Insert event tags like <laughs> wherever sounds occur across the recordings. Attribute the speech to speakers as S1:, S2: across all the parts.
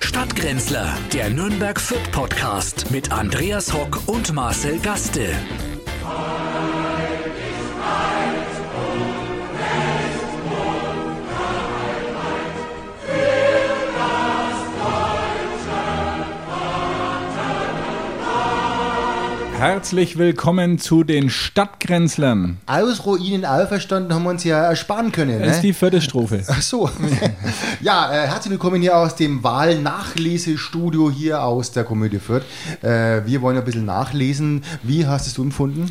S1: Stadtgrenzler, der Nürnberg Fit Podcast mit Andreas Hock und Marcel Gaste.
S2: Herzlich willkommen zu den Stadtgrenzlern.
S3: Aus Ruinen auferstanden haben wir uns ja ersparen können.
S2: Das ist
S3: Ne?
S2: die vierte Strophe.
S3: Ach so. <laughs> ja, äh, herzlich willkommen hier aus dem Wahlnachlesestudio hier aus der Komödie Fürth. Äh, wir wollen ein bisschen nachlesen. Wie hast es du empfunden?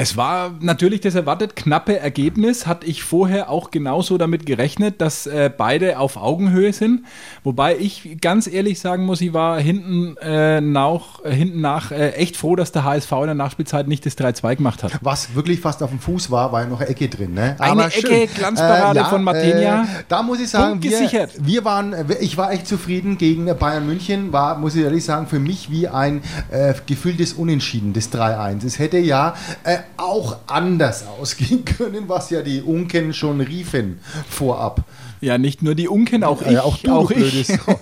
S2: Es war natürlich das erwartet knappe Ergebnis. Hatte ich vorher auch genauso damit gerechnet, dass äh, beide auf Augenhöhe sind. Wobei ich ganz ehrlich sagen muss, ich war hinten, äh, nach, äh, hinten nach äh, echt froh, dass der HSV in der Nachspielzeit nicht das 3-2 gemacht hat.
S3: Was wirklich fast auf dem Fuß war, war ja noch eine Ecke drin. Ne? Äh,
S2: Eine Ecke, Glanzparade von Martinia.
S3: da muss ich sagen,
S2: Punkt
S3: wir,
S2: gesichert.
S3: wir waren, äh, ich war echt zufrieden gegen Bayern München. War, muss ich ehrlich sagen, für mich wie ein äh, gefühltes Unentschieden, das 3-1. Es hätte ja äh, auch anders ausgehen <laughs> können, was ja die Unken schon riefen vorab.
S2: Ja, nicht nur die Unken, auch
S3: Äh,
S2: ich.
S3: auch du, du
S2: ich.
S3: blödes.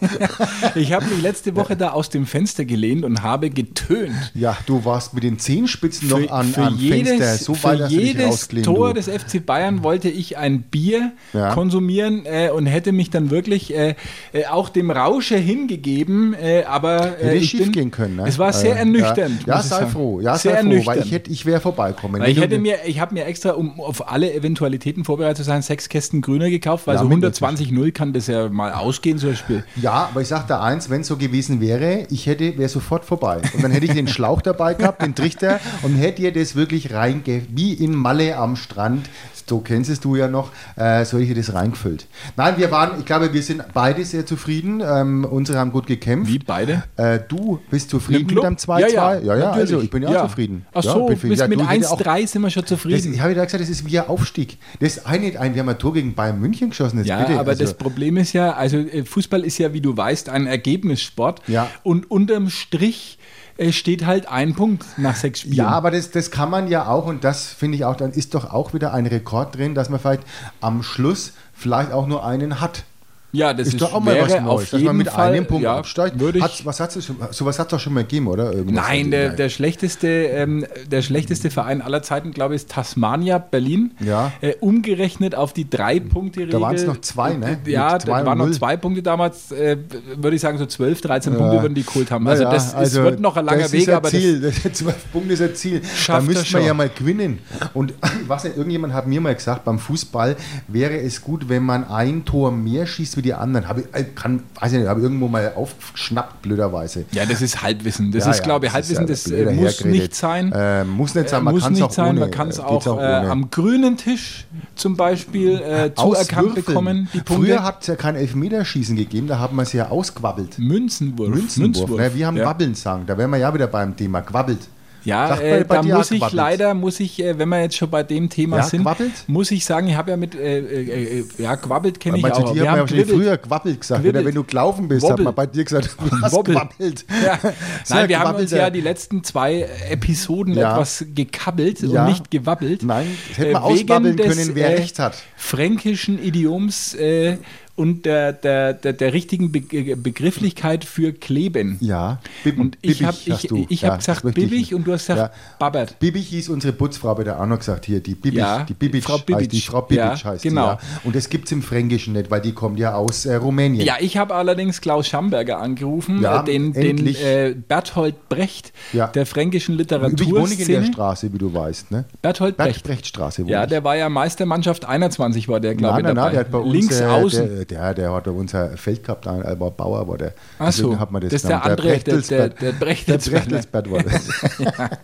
S2: ich habe mich letzte Woche da aus dem Fenster gelehnt und habe getönt.
S3: Ja, du warst mit den Zehenspitzen noch an,
S2: für
S3: an
S2: jedes,
S3: Fenster. So weit
S2: für
S3: hast du dich
S2: jedes
S3: rausgelehnt, du.
S2: Tor des FC Bayern wollte ich ein Bier
S3: Ja.
S2: konsumieren äh, und hätte mich dann wirklich äh, äh, auch dem Rausche hingegeben, äh, aber äh,
S3: Hätte
S2: ich
S3: schief
S2: bin-
S3: gehen können. Ne?
S2: Es war sehr
S3: Äh,
S2: ernüchternd.
S3: Ja, ja
S2: muss ich
S3: sei
S2: sagen.
S3: froh. Ja,
S2: sehr
S3: sei froh,
S2: ernüchternd.
S3: weil ich, hätte, ich wäre vorbeikommen.
S2: Weil ich
S3: Wenn
S2: hätte
S3: du-
S2: mir, ich habe mir extra, um auf alle Eventualitäten vorbereitet zu sein, sechs Kästen Grüner gekauft, weil
S3: Ja,
S2: so
S3: mindestens.
S2: 120-0 kann das ja mal ausgehen, so ein Spiel.
S3: ja, aber ich sag dir eins, wenn es so gewesen wäre, ich hätte, wäre sofort vorbei. Und dann hätte ich den Schlauch dabei gehabt, den Trichter, und hätte dir das wirklich reinge... Wie in Malle am Strand, so kennst es du ja noch, äh, so hätte ich dir das reingefüllt. Nein, wir waren, ich glaube, wir sind beide sehr zufrieden. Ähm, unsere haben gut gekämpft.
S2: Wie beide?
S3: Äh, du bist zufrieden mit, deinem 2-2?
S2: Ja, ja, natürlich.
S3: also ich bin ja, auch zufrieden.
S2: Ach
S3: ja,
S2: so,
S3: bin für-
S2: mit,
S3: ja,
S2: mit
S3: du, ich hätte auch-
S2: 1-3 sind wir schon
S3: Das,
S2: zufrieden.
S3: ich habe ja gesagt, das ist wie ein Aufstieg. Das eine, ein, wir haben ein Tor gegen Bayern München geschossen. Jetzt
S2: ja,
S3: bitte.
S2: aber
S3: also,
S2: das Problem ist ja, also äh, Fußball ist ja, wie du weißt, ein Ergebnissport.
S3: Ja.
S2: Und unterm Strich äh, steht halt ein Punkt nach sechs Spielen.
S3: ja, aber das, das kann man ja auch und das finde ich auch, dann ist doch auch wieder ein Rekord drin, dass man vielleicht am Schluss vielleicht auch nur einen hat.
S2: ja das
S3: Ist,
S2: ist,
S3: doch auch mal
S2: wäre
S3: was Neues,
S2: auf
S3: dass
S2: jeden
S3: man mit
S2: Fall,
S3: einem Punkt
S2: ja,
S3: absteigt.
S2: Würde ich,
S3: Hat's, was hat's, sowas hat es doch schon mal gegeben, oder? Irgendwas
S2: Nein,
S3: in
S2: der,
S3: dem
S2: der, schlechteste, ähm, der schlechteste Verein aller Zeiten, glaube ich, ist Tasmania Berlin.
S3: Ja.
S2: Äh, umgerechnet auf die drei Punkte Äh,
S3: Da waren's noch zwei, ne?
S2: Ja,
S3: Mit zwei
S2: da
S3: und
S2: waren noch
S3: null.
S2: zwei Punkte damals. Äh, würde ich sagen, so 12, 13 Punkte würden die geholt haben.
S3: Na
S2: Also
S3: ja,
S2: das ist,
S3: also
S2: wird noch ein langer
S3: das
S2: Weg,
S3: ist ein
S2: aber das,
S3: Ziel. das zwölf Punkte ist ein Ziel. Da
S2: Schafft er
S3: müsste man
S2: schon.
S3: ja mal gewinnen. Und <clears throat> ich weiß nicht, irgendjemand hat mir mal gesagt, beim Fußball wäre es gut, wenn man ein Tor mehr schießt wie die anderen. Habe ich, äh, kann, weiß ich nicht, habe ich irgendwo mal aufgeschnappt, blöderweise.
S2: ja, das ist Halbwissen. Das
S3: Ja,
S2: ist,
S3: ja,
S2: glaube ich,
S3: das ist
S2: Halbwissen,
S3: ja
S2: das äh,
S3: blöder
S2: muss
S3: hergeredet.
S2: nicht sein.
S3: Äh, muss nicht sein, man
S2: muss
S3: kann es
S2: nicht
S3: auch
S2: sein,
S3: ohne.
S2: man kann es
S3: äh,
S2: auch,
S3: geht's
S2: äh,
S3: ohne.
S2: am grünen Tisch zum Beispiel äh, zuerkannt
S3: Auswürfeln.
S2: bekommen. Die Punkte.
S3: Früher hat es ja kein Elfmeterschießen gegeben, da haben wir es ja ausgewabbelt.
S2: Münzenwurf.
S3: Münzenwurf, ne? wir haben
S2: ja.
S3: Wabbeln sagen, da wären wir ja wieder beim Thema, gewabbelt.
S2: Ja,
S3: Sagt man
S2: äh,
S3: bei
S2: da
S3: dir
S2: muss
S3: auch
S2: ich
S3: gewabbelt?
S2: leider, muss ich, äh, wenn wir jetzt schon bei dem Thema
S3: Ja,
S2: sind,
S3: gewabbelt?
S2: muss ich sagen, ich habe ja mit, äh, äh, äh, ja, gewabbelt kenne ich
S3: Aber
S2: auch.
S3: zu dir hat man ja schon
S2: gewibbelt.
S3: früher gewabbelt gesagt.
S2: Gewibbelt.
S3: Oder wenn du gelaufen bist,
S2: Wobbel.
S3: hat man bei dir gesagt, du hast
S2: Wobbel.
S3: gewabbelt.
S2: Ja.
S3: Sehr äh,
S2: Nein, wir haben uns
S3: gewabbelter-
S2: ja die letzten zwei Episoden
S3: Ja.
S2: etwas gekabbelt
S3: Ja.
S2: und nicht gewabbelt.
S3: Nein, das hätte man
S2: Äh, wegen
S3: auswabbeln
S2: des,
S3: können, wer
S2: äh,
S3: recht hat.
S2: Fränkischen Idioms äh, und der, der, der, der richtigen Be äh, Begrifflichkeit für kleben.
S3: Ja, Bib,
S2: Und ich habe
S3: hast
S2: ich,
S3: du.
S2: ich
S3: Ja,
S2: hab gesagt
S3: das möchte ich
S2: bibbig
S3: nicht.
S2: und du hast gesagt
S3: Ja.
S2: babbert.
S3: Bibic hieß unsere Putzfrau bei der auch noch gesagt, hier, die Bibic,
S2: Ja,
S3: die Bibic,
S2: Frau Bibic.
S3: heißt die, Frau Bibic
S2: Ja,
S3: heißt
S2: genau.
S3: die, ja. Und das gibt es im Fränkischen nicht, weil die kommt ja aus äh, Rumänien.
S2: Ja, ich habe allerdings Klaus Schamberger angerufen,
S3: Ja,
S2: äh, den, den
S3: endlich.
S2: äh, Berthold Brecht
S3: Ja.
S2: der fränkischen
S3: ich wohne in der
S2: Literaturszene.
S3: Straße, wie du weißt, ne?
S2: Berthold Brecht.
S3: Brechtstraße wohne
S2: Ja,
S3: ich.
S2: der war ja Meistermannschaft 21, war der,
S3: Nein,
S2: glaube ich,
S3: nein,
S2: dabei.
S3: nein, der hat bei uns,
S2: Links
S3: äh,
S2: außen.
S3: Der, der, der hat bei uns ein Feld gehabt, ein Albert Bauer war der.
S2: Ach so,
S3: Deswegen hat man das,
S2: das ist der
S3: genannt,
S2: andere, der-
S3: Brechtelsbad.
S2: der- der
S3: Der
S2: Brechtelsbad.
S3: Brechtelsbad
S2: ne?
S3: war das.
S2: <laughs>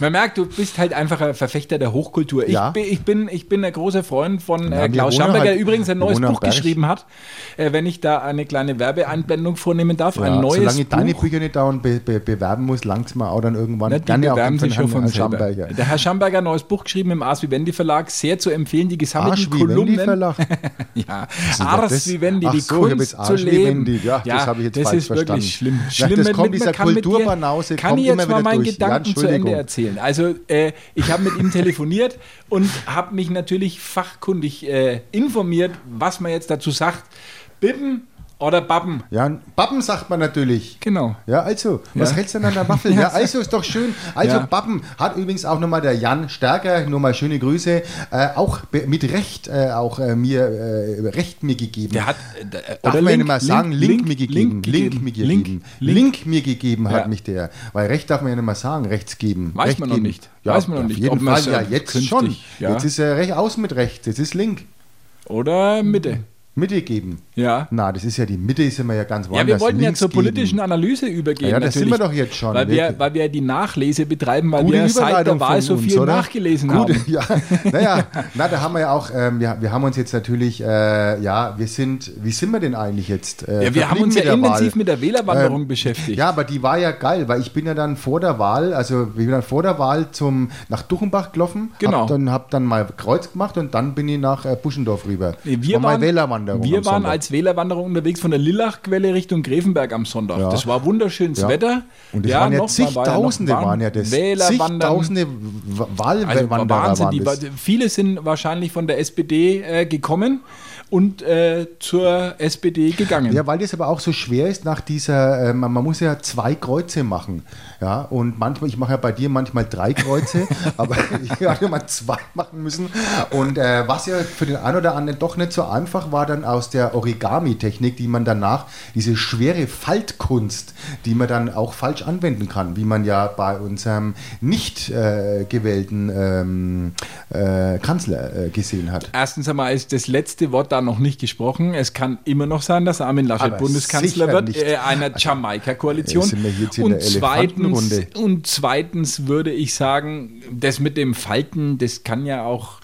S2: Man merkt, du bist halt einfach ein Verfechter der Hochkultur. Ich,
S3: Ja.
S2: bin, ich, bin, ich bin ein großer Freund von
S3: Ja,
S2: äh,
S3: wir
S2: Klaus
S3: wohnen
S2: Schamberger, der
S3: halt-
S2: übrigens ein
S3: wir
S2: neues
S3: wohnen am
S2: Buch
S3: Berg.
S2: geschrieben hat. Äh, wenn ich da eine kleine Werbeeinblendung vornehmen darf, ein
S3: Ja,
S2: neues
S3: Solange
S2: Buch.
S3: deine Bücher nicht dauernd be be bewerben muss, langt man auch dann irgendwann.
S2: Na, die
S3: Gerne auch
S2: bewerben
S3: den
S2: sich schon von
S3: Herrn
S2: selber.
S3: Schamberger.
S2: Der Herr Schamberger hat ein neues Buch geschrieben im Ars Vivendi Verlag, sehr zu empfehlen, die
S3: Arsch
S2: gesammelten
S3: wie Wendy
S2: Kolumnen.
S3: Verlag.
S2: Ja,
S3: war
S2: Ars
S3: das?
S2: Vivendi,
S3: Ach
S2: die
S3: so, ich hab
S2: Kunst
S3: jetzt
S2: zu
S3: Ars
S2: leben.
S3: Vivendi, ja, das hab ich jetzt
S2: das
S3: falsch
S2: ist
S3: verstanden.
S2: wirklich schlimm.
S3: Ja,
S2: schlimm
S3: das
S2: mit-
S3: kommt
S2: mit- man
S3: dieser
S2: kann mit dir-
S3: Kulturbanause,
S2: Kann
S3: kommt
S2: ich jetzt
S3: immer
S2: mal
S3: wieder
S2: meinen
S3: durch. Ja,
S2: Gedanken zu
S3: Entschuldigung.
S2: Ende erzählen? Also, äh, ich habe mit ihm telefoniert und habe mich natürlich fachkundig äh, informiert, was man jetzt dazu sagt. Bibben Oder Bappen.
S3: Ja, Bappen sagt man natürlich.
S2: Genau.
S3: Ja, also, was
S2: <laughs> Ja.
S3: hältst du denn an der Waffel? Ja, also ist doch schön. Also,
S2: Ja.
S3: Bappen hat übrigens auch nochmal der Jan Stärker, nochmal schöne Grüße, äh, auch be- mit Recht, äh, auch äh, mir, äh, Recht mir gegeben.
S2: Der hat. äh,
S3: Darf man ja nicht mal sagen, Link, mir gegeben. Link, mir gegeben. Link, mir gegeben hat
S2: Ja.
S3: mich der. Weil Recht darf man ja nicht mal sagen, rechts geben.
S2: Weiß
S3: recht
S2: man noch
S3: geben.
S2: nicht.
S3: Ja,
S2: Weiß man noch
S3: auf
S2: nicht, ob
S3: jeden
S2: man
S3: Fall
S2: es,
S3: ja
S2: äh,
S3: jetzt
S2: künftig,
S3: schon.
S2: ja.
S3: Jetzt ist er recht aus mit rechts, jetzt ist Link.
S2: Oder Mitte.
S3: Mitte geben.
S2: Ja.
S3: Na, das ist ja die Mitte, ist immer ja ganz
S2: Ja,
S3: woanders.
S2: wir wollten ja
S3: Links
S2: zur
S3: geben.
S2: politischen Analyse übergehen.
S3: Ja, das sind
S2: natürlich,
S3: wir doch jetzt schon,
S2: Weil wir,
S3: wirklich.
S2: weil wir die Nachlese betreiben, weil
S3: Gute
S2: wir seit der
S3: Überleitung
S2: Wahl
S3: von
S2: so
S3: uns,
S2: viel
S3: oder?
S2: nachgelesen haben.
S3: Ja, <laughs> naja, na, da haben wir ja auch, ähm, wir, wir haben uns jetzt natürlich, äh, ja, wir sind, wie sind wir denn eigentlich jetzt? äh,
S2: Ja, wir
S3: verblieben
S2: haben uns
S3: mit
S2: ja
S3: der Wahl?
S2: intensiv mit der Wählerwanderung
S3: Ähm,
S2: beschäftigt.
S3: Ja, aber die war ja geil, weil ich bin ja dann vor der Wahl, also ich bin dann vor der Wahl zum, nach Duchenbach gelaufen,
S2: Genau.
S3: hab dann, hab dann mal Kreuz gemacht und dann bin ich nach äh, Buschendorf rüber.
S2: Nee,
S3: Das
S2: wir
S3: war
S2: waren,
S3: meine Wählerwanderung
S2: wir
S3: am
S2: waren
S3: Sonntag.
S2: als Wählerwanderung unterwegs von der Lillachquelle Richtung Grevenberg am Sonntag.
S3: Ja.
S2: Das war wunderschönes
S3: Ja.
S2: Wetter.
S3: und es waren ja
S2: nochmal war
S3: zigtausende,
S2: noch warm.
S3: waren ja das.
S2: Wählerwanderung.
S3: Zigtausende W-
S2: Also
S3: Wahlwanderer
S2: Wahnsinn,
S3: waren
S2: die,
S3: das.
S2: wa- viele sind wahrscheinlich von der SPD äh, gekommen und äh, zur SPD gegangen.
S3: Ja, weil das aber auch so schwer ist nach dieser, äh, man, man muss ja zwei Kreuze machen. Ja, und manchmal, ich mache ja bei dir manchmal drei Kreuze, aber ich hatte mal zwei machen müssen. Und äh, was ja für den einen oder anderen doch nicht so einfach war, dann aus der Origami-Technik, die man danach, diese schwere Faltkunst, die man dann auch falsch anwenden kann, wie man ja bei unserem nicht äh, gewählten ähm, äh, Kanzler äh, gesehen hat.
S2: Erstens einmal ist das letzte Wort da noch nicht gesprochen. Es kann immer noch sein, dass Armin Laschet
S3: Aber
S2: Bundeskanzler
S3: sicher
S2: wird,
S3: nicht.
S2: äh, einer Jamaika-Koalition.
S3: Jetzt sind wir jetzt in
S2: Und
S3: der
S2: zweitens,
S3: Elefantenrunde.
S2: und zweitens würde ich sagen, das mit dem Falten, das kann ja auch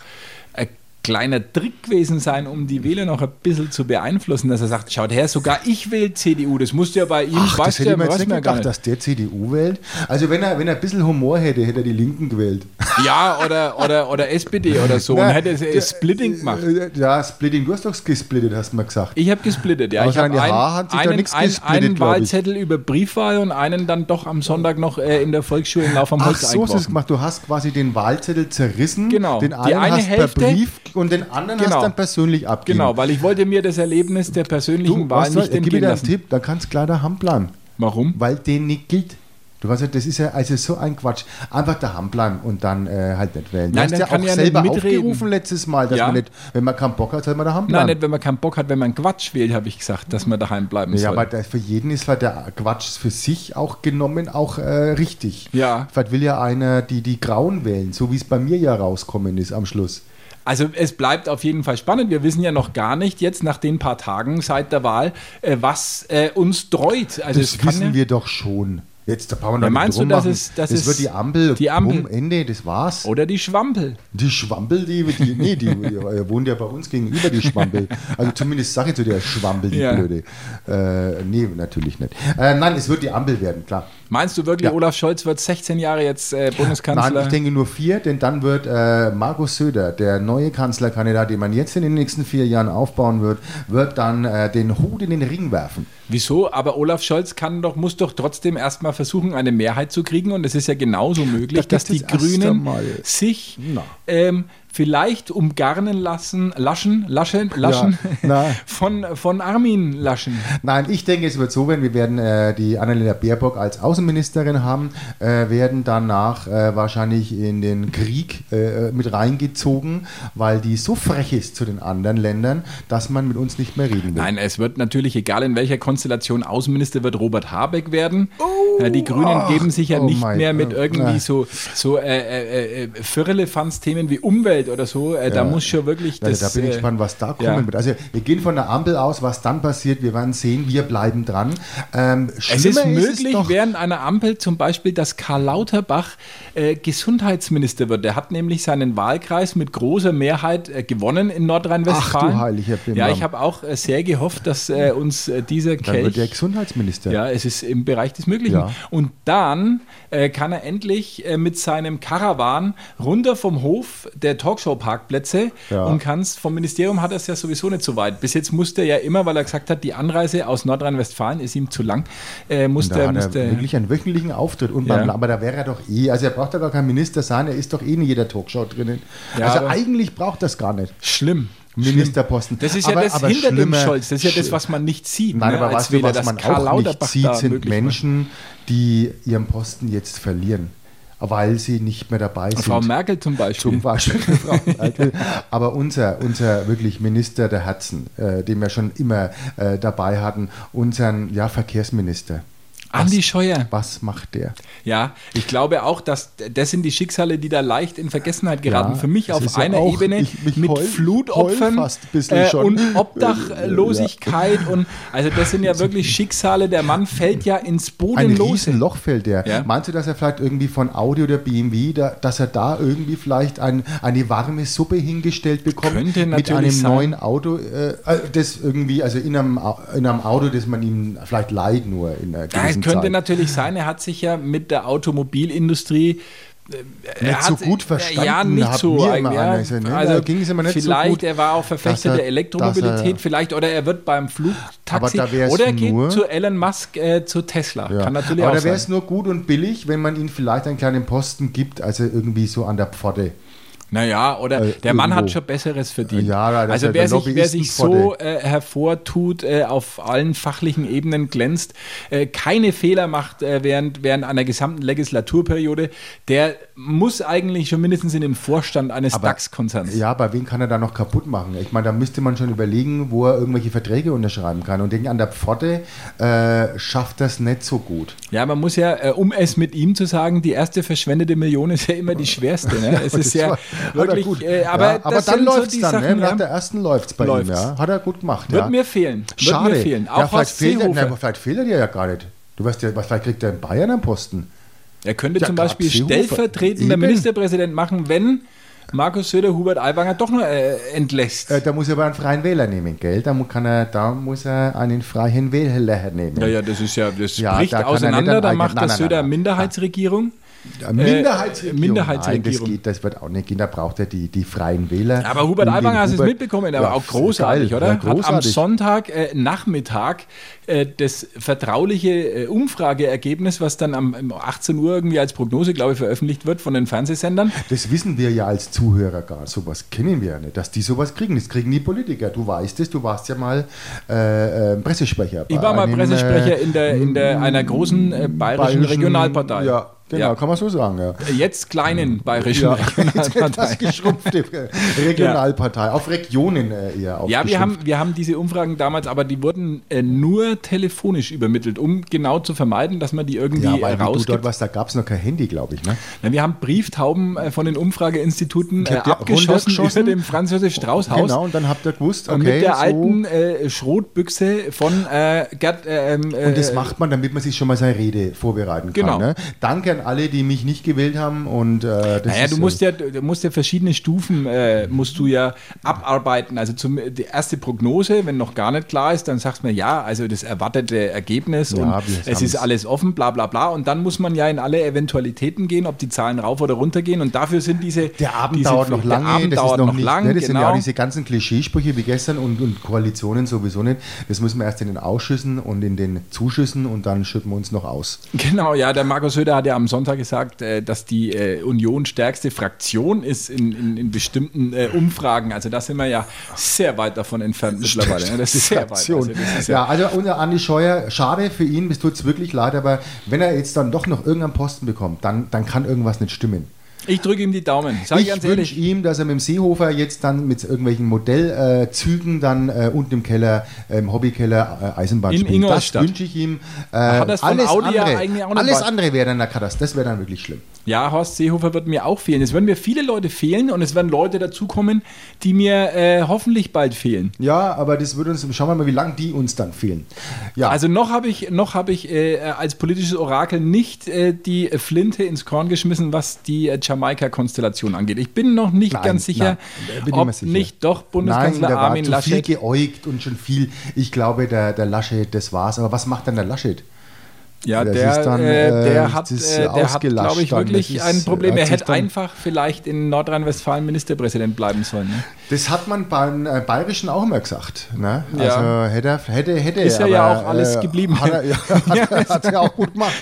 S2: ein kleiner Trick gewesen sein, um die Wähler noch ein bisschen zu beeinflussen, dass er sagt, schaut her, sogar ich wähle CDU. Das musste ja bei ihm,
S3: Ach, das
S2: weißt
S3: hätte
S2: ja,
S3: ich mir jetzt
S2: weiß
S3: nicht
S2: man ja gar
S3: gedacht, dass der CDU wählt. Also wenn er, wenn er ein bisschen Humor hätte, hätte er die Linken gewählt.
S2: Ja, oder, oder, oder SPD oder so.
S3: Na,
S2: <laughs> und hätte es
S3: der- äh,
S2: Splitting gemacht.
S3: Ja, Splitting, du hast doch gesplittet, hast du mal gesagt.
S2: Ich habe gesplittet, ja.
S3: Aber
S2: ich habe
S3: seine Haare hat sich da
S2: einen,
S3: nix
S2: ein,
S3: gesplittet,
S2: einen
S3: glaub ich.
S2: Wahlzettel über Briefwahl und einen dann doch am Sonntag noch äh, in der Volksschule in Lauf am
S3: Ach,
S2: Holz
S3: so hast du es
S2: eingeworfen.
S3: gemacht. Du hast quasi den Wahlzettel zerrissen.
S2: Genau.
S3: Den
S2: Die
S3: einen
S2: eine
S3: hast
S2: Hälfte-
S3: per Brief und den anderen
S2: Genau.
S3: hast dann persönlich abgegeben.
S2: Genau, weil ich wollte mir das Erlebnis der persönlichen
S3: Du,
S2: Wahl
S3: was soll,
S2: nicht
S3: gib mir
S2: entgehen
S3: da einen
S2: lassen.
S3: Tipp, da kannst du klar daheim bleiben,
S2: Warum?
S3: weil den nicht gilt. Du weißt ja, das ist ja also so ein Quatsch. Einfach daheim bleiben und dann äh, halt nicht wählen.
S2: Nein,
S3: du
S2: dann
S3: hast ja
S2: kann
S3: auch
S2: ja nicht
S3: selber
S2: mitreden.
S3: aufgerufen letztes Mal, dass
S2: Ja.
S3: man nicht, wenn man keinen Bock hat, soll man daheim
S2: Nein,
S3: bleiben.
S2: nicht, wenn man keinen Bock hat, wenn man Quatsch wählt, habe ich gesagt, dass man daheim bleiben
S3: Ja,
S2: soll.
S3: aber da, für jeden ist halt der Quatsch für sich auch genommen auch äh, richtig.
S2: Ja.
S3: Vielleicht will ja einer die, die Grauen wählen, so wie es bei mir ja rauskommen ist am Schluss.
S2: Also es bleibt auf jeden Fall spannend. Wir wissen ja noch gar nicht jetzt nach den paar Tagen seit der Wahl, äh, was äh, uns dreut. Also
S3: Das
S2: es kann
S3: wissen
S2: ja,
S3: wir doch schon. Jetzt da brauchen wir
S2: Ja,
S3: doch nicht
S2: meinst du,
S3: rummachen.
S2: dass es- dass
S3: das
S2: es-
S3: wird die Ampel,
S2: die Ampel-
S3: bumm, Ende, das war's.
S2: Oder die Schwampel.
S3: Die Schwampel, die, die nee,
S2: <laughs>
S3: die, die wohnt ja bei uns gegenüber, die Schwampel. Also zumindest sage ich zu der Schwampel, die
S2: Ja.
S3: Blöde. Äh, nee, natürlich nicht. Äh, nein, es wird die Ampel werden, klar.
S2: Meinst du wirklich,
S3: Ja.
S2: Olaf Scholz wird 16 Jahre jetzt äh, Bundeskanzler?
S3: Nein, ich denke nur vier, denn dann wird äh, Markus Söder, der neue Kanzlerkandidat, den man jetzt in den nächsten vier Jahren aufbauen wird, wird dann äh, den Hut in den Ring werfen.
S2: Wieso? Aber Olaf Scholz kann doch, muss doch trotzdem erstmal versuchen, eine Mehrheit zu kriegen. Und es ist ja genauso möglich,
S3: Da
S2: dass die
S3: gibt es erst
S2: Grünen
S3: einmal-
S2: sich
S3: Na.
S2: ähm, vielleicht umgarnen lassen, laschen, laschen, laschen
S3: na.
S2: <laughs> von, von Armin laschen.
S3: Nein, ich denke, es wird so werden, wir werden äh, die Annalena Baerbock als Außenministerin haben, äh, werden danach äh, wahrscheinlich in den Krieg äh, mit reingezogen, weil die so frech ist zu den anderen Ländern, dass man mit uns nicht mehr reden will.
S2: Nein, es wird natürlich, egal in welcher Konstellation Außenminister wird, Robert Habeck werden. Ja, die Grünen geben sich ja
S3: oh
S2: nicht
S3: mein-
S2: mehr mit
S3: äh,
S2: irgendwie
S3: äh.
S2: so, so äh, äh, äh, Firlefanz-Themen wie Umwelt oder so. Äh, Da
S3: Ja.
S2: muss schon wirklich
S3: Da-
S2: das.
S3: Also da bin ich
S2: äh,
S3: gespannt, was da kommen
S2: ja.
S3: wird. Also wir gehen von der Ampel aus, was dann passiert. Wir werden sehen, wir bleiben dran. Ähm,
S2: Es
S3: schlimmer
S2: ist möglich,
S3: doch-
S2: während einer Ampel zum Beispiel, dass Karl Lauterbach äh, Gesundheitsminister wird. Der hat nämlich seinen Wahlkreis mit großer Mehrheit äh, gewonnen in
S3: Ach,
S2: Nordrhein-Westfalen.
S3: du heiliger
S2: Ja,
S3: Bimbam.
S2: ich habe auch äh, sehr gehofft, dass äh, uns äh, dieser
S3: dann wird der
S2: Kelch...
S3: Gesundheitsminister.
S2: Ja, es ist im Bereich des Möglichen.
S3: Ja.
S2: Und dann äh, kann er endlich äh, mit seinem Karawan runter vom Hof der Talkshow-Parkplätze
S3: Ja.
S2: und kann's vom Ministerium hat er es ja sowieso nicht so weit. Bis jetzt musste er ja immer, weil er gesagt hat, die Anreise aus Nordrhein-Westfalen ist ihm zu lang, äh,
S3: Und
S2: musste,
S3: Da hat
S2: musste
S3: er wirklich einen wöchentlichen Auftritt. Und beim,
S2: Ja.
S3: Aber da wäre er doch eh, also er braucht ja gar kein Minister sein, er ist doch eh in jeder Talkshow drinnen.
S2: Ja,
S3: also
S2: aber-
S3: eigentlich braucht das gar nicht.
S2: schlimm.
S3: Ministerposten.
S2: Das ist ja
S3: Aber-
S2: das
S3: aber
S2: hinter dem
S3: schlimmer-
S2: Scholz. Das ist ja das, was man nicht sieht.
S3: Nein,
S2: ne,
S3: aber
S2: als
S3: was,
S2: Wähler,
S3: was
S2: dass
S3: man
S2: Karl
S3: auch nicht
S2: Lauterbach da
S3: sieht, sind
S2: möglich war.
S3: Menschen, die ihren Posten jetzt verlieren, weil sie nicht mehr dabei sind.
S2: Frau Merkel zum Beispiel.
S3: Zum
S2: <laughs>
S3: Beispiel Frau Merkel. Aber unser, unser wirklich Minister der Herzen, äh, den wir schon immer äh, dabei hatten, unseren ja, Verkehrsminister.
S2: Andi Scheuer.
S3: Was macht der?
S2: Ja, ich glaube auch, dass das sind die Schicksale, die da leicht in Vergessenheit geraten.
S3: Ja,
S2: Für mich
S3: das
S2: auf
S3: ist ja
S2: einer
S3: auch-
S2: Ebene
S3: ich- mich
S2: mit
S3: heul- heul
S2: Flutopfern äh,
S3: fast ein bisschen schon.
S2: und
S3: <laughs>
S2: Obdachlosigkeit und also das sind ja wirklich Schicksale. Der Mann fällt ja ins
S3: Ein
S2: Bodenlose.
S3: riesen Loch fällt der.
S2: Ja.
S3: Meinst du, dass er vielleicht irgendwie von Audi oder BMW, da, dass er da irgendwie vielleicht ein, eine warme Suppe hingestellt bekommt
S2: Könnte
S3: mit
S2: natürlich
S3: einem
S2: sein.
S3: neuen Auto, äh, äh, das irgendwie, also in einem, Au- in einem Auto, das man ihm vielleicht leiht nur in einer
S2: Ja, es
S3: gewissen
S2: könnte
S3: Zeit.
S2: natürlich sein, er hat sich ja mit der Automobilindustrie äh, er
S3: Nicht so
S2: hat-
S3: gut verstanden,
S2: Ja, nicht
S3: hat
S2: so.
S3: mir
S2: Ja, Also
S3: immer einer gesagt, ne, da ging's immer nicht so
S2: vielleicht,
S3: gut,
S2: er war auch Verfechter
S3: dass er-
S2: der Elektromobilität,
S3: dass er-
S2: vielleicht, oder er wird beim Flugtaxi,
S3: Aber da wär's
S2: oder geht
S3: nur-
S2: zu Elon Musk, äh, zu Tesla.
S3: Ja.
S2: Kann natürlich
S3: Aber
S2: auch
S3: da wäre es
S2: sein.
S3: nur gut und billig, wenn man ihm vielleicht einen kleinen Posten gibt, also irgendwie so an der Pforte.
S2: Naja, oder
S3: Äh,
S2: der Mann hat
S3: irgendwo.
S2: schon Besseres verdient.
S3: Ja, da- da-
S2: also
S3: der
S2: wer sich, wer
S3: Lobbyisten
S2: sich so äh, hervortut, äh, auf allen fachlichen Ebenen glänzt, äh, keine Fehler macht äh, während, während einer gesamten Legislaturperiode, der muss eigentlich schon mindestens in den Vorstand eines
S3: Aber-
S2: DAX-Konzerns.
S3: Ja, aber wen kann er da noch kaputt machen? Ich meine, da müsste man schon überlegen, wo er irgendwelche Verträge unterschreiben kann. Und irgendwie an der Pforte äh, schafft das nicht so gut.
S2: Ja, man muss ja, äh, um es mit ihm zu sagen, die erste verschwendete Million ist ja immer die schwerste. Ne? Es ist
S3: <laughs> Das
S2: ja
S3: war-
S2: wirklich,
S3: gut.
S2: äh,
S3: Ja,
S2: aber,
S3: aber
S2: das
S3: dann
S2: sind so
S3: läuft es
S2: die
S3: dann.
S2: Sachen,
S3: ne? Nach
S2: ja.
S3: der ersten läuft es bei ihm.
S2: Läuft's.
S3: Ja. Hat er gut gemacht.
S2: Wird
S3: ja.
S2: mir fehlen. Wird
S3: Schade.
S2: mir fehlen. Auch
S3: ja, vielleicht,
S2: Horst
S3: fehlt er,
S2: Seehofer.
S3: nein, vielleicht fehlt er dir ja gar nicht. Du weißt ja, vielleicht kriegt er in Bayern einen Posten.
S2: Er könnte
S3: Ja,
S2: zum
S3: Karl
S2: Beispiel
S3: Seehofer.
S2: stellvertretender
S3: Eben.
S2: Ministerpräsident machen, wenn Markus Söder Hubert Aiwanger doch nur äh, entlässt.
S3: Äh, da muss er aber einen freien Wähler nehmen, gell? Da, mu- kann er, da muss er einen freien Wähler nehmen.
S2: ja, ja, das ist ja, das
S3: Ja,
S2: bricht
S3: da kann er nicht
S2: auseinander,
S3: einen
S2: da
S3: eigenen-
S2: macht
S3: Nein,
S2: das
S3: nein,
S2: Söder
S3: nein, nein.
S2: Minderheitsregierung.
S3: Äh, Minderheitsregierung.
S2: Minderheitsregierung.
S3: Nein, das, geht, das wird auch nicht gehen. Da braucht er die, die freien Wähler.
S2: Aber Hubert
S3: Um den
S2: Aiwanger, hast du es
S3: Hubert-
S2: mitbekommen, aber
S3: Ja,
S2: auch großartig,
S3: geil.
S2: oder?
S3: Ja,
S2: Hat am
S3: großartig.
S2: Sonntag äh, Nachmittag äh, das vertrauliche äh, Umfrageergebnis, was dann am um 18 Uhr irgendwie als Prognose, glaube ich, veröffentlicht wird von den Fernsehsendern,
S3: das wissen wir ja als Zuhörer gar. Sowas kennen wir ja nicht, dass die sowas kriegen. Das kriegen die Politiker. Du weißt es, du warst ja mal äh, äh, Pressesprecher. bei
S2: Ich war mal
S3: einem,
S2: Pressesprecher
S3: äh,
S2: in, der, in der, einer großen äh, bayerischen, Regionalpartei.
S3: Ja, genau,
S2: Ja.
S3: kann man so sagen. Ja.
S2: Äh, Jetzt kleinen bayerischen
S3: Hm. <laughs>
S2: <laughs>
S3: Ja,
S2: Regionalpartei.
S3: das
S2: <laughs>
S3: geschrumpfte Regionalpartei. Auf Regionen äh, eher
S2: Ja, wir
S3: aufgeschrumpft.
S2: haben, wir haben diese Umfragen damals, aber die wurden äh, nur telefonisch übermittelt, um genau zu vermeiden, dass man die irgendwie
S3: Ja,
S2: ja,
S3: weil du dort
S2: rausgibt.
S3: warst, da gab es noch kein Handy, glaube ich. Ne?
S2: Na, wir haben Brieftauben äh, von den Umfrageinstituten
S3: Ich
S2: äh,
S3: hab die
S2: abgeschossen
S3: runtergeschossen.
S2: über dem Franz-Josef-Strauß-Haus.
S3: Genau, und dann habt ihr gewusst, okay,
S2: und äh, mit der
S3: so.
S2: alten äh, Schrotbüchse von äh, Gerd. Äh, ähm,
S3: Und das
S2: äh,
S3: macht man, damit man sich schon mal seine Rede vorbereiten
S2: Genau.
S3: kann. Ne? Danke an alle, die mich nicht gewählt haben. Und, äh, das
S2: Naja,
S3: ist,
S2: du
S3: äh,
S2: musst ja, du musst ja verschiedene Stufen äh, musst du ja abarbeiten. Also zum, die erste Prognose, wenn noch gar nicht klar ist, dann sagt man ja, also das erwartete Ergebnis
S3: Ja,
S2: und
S3: wir
S2: es ist
S3: haben's.
S2: alles offen, bla bla bla. Und dann muss man ja in alle Eventualitäten gehen, ob die Zahlen rauf oder runter gehen. Und dafür sind diese
S3: Der Abend
S2: diese,
S3: dauert noch lange,
S2: Der Abend
S3: das
S2: dauert
S3: ist noch,
S2: noch
S3: nicht,
S2: lang,
S3: ne, das sind ja
S2: genau.
S3: auch diese ganzen Klischeesprüche wie gestern und, und Koalitionen sowieso nicht. Das müssen wir erst in den Ausschüssen und in den Zuschüssen und dann schütten wir uns noch aus.
S2: Genau, ja, der Markus Söder hat ja am Sonntag gesagt, äh, dass die äh, Union stärkste Fraktion ist in, in, in bestimmten äh, Umfragen. Also da sind wir ja sehr weit davon entfernt mittlerweile. ne? Das ist <laughs> sehr weit. Also
S3: Aktion.
S2: das ist
S3: ja,
S2: ja,
S3: also unser Andi Scheuer, schade für ihn, bis tut's wirklich leid, aber wenn er jetzt dann doch noch irgendeinen Posten bekommt, dann, dann kann irgendwas nicht stimmen.
S2: ich drücke ihm die Daumen, sage ich
S3: Ich
S2: ganz
S3: wünsche
S2: ehrlich.
S3: ihm, dass er mit dem Seehofer jetzt dann mit irgendwelchen Modellzügen dann äh, unten im Keller, äh, im Hobbykeller äh, Eisenbahn
S2: In
S3: spielt. Das
S2: Ingolstadt.
S3: wünsche ich ihm. Äh,
S2: Hat das von
S3: alles
S2: Audi ja
S3: andere,
S2: eigentlich auch noch
S3: alles
S2: bei-
S3: andere wäre dann der Katastrophe. Das wäre dann wirklich schlimm.
S2: Ja, Horst Seehofer wird mir auch fehlen. Es werden mir viele Leute fehlen und es werden Leute dazukommen, die mir äh, hoffentlich bald fehlen.
S3: Ja, aber das würde uns, schauen wir mal, wie lange die uns dann fehlen. Ja,
S2: Also noch habe ich, noch habe ich äh, als politisches Orakel nicht äh, die Flinte ins Korn geschmissen, was die äh, Jamaika-Konstellation angeht. Ich bin noch nicht
S3: Nein,
S2: ganz sicher,
S3: nein, bin ich
S2: ob
S3: mir sicher.
S2: nicht doch Bundeskanzler
S3: Nein, da war
S2: Armin
S3: zu viel
S2: Laschet.
S3: geäugt und schon viel. Ich glaube, der, der Laschet, das war's. Aber was macht dann der Laschet?
S2: Ja,
S3: Das
S2: der,
S3: ist dann,
S2: äh,
S3: äh,
S2: der hat,
S3: das ist
S2: äh, der hat glaube
S3: ausgelascht
S2: ich,
S3: dann.
S2: wirklich
S3: Das ist,
S2: ein Problem.
S3: äh,
S2: Er
S3: hat sich
S2: hätte
S3: dann-
S2: einfach vielleicht in Nordrhein-Westfalen Ministerpräsident bleiben sollen. Ne?
S3: Das hat man beim äh, Bayerischen auch immer gesagt. Ne?
S2: Ja.
S3: Also hätte, er- hätte, hätte.
S2: Ist ja
S3: aber, äh,
S2: ja auch alles geblieben.
S3: Hat er
S2: <laughs>
S3: ja, hat, ja auch gut gemacht.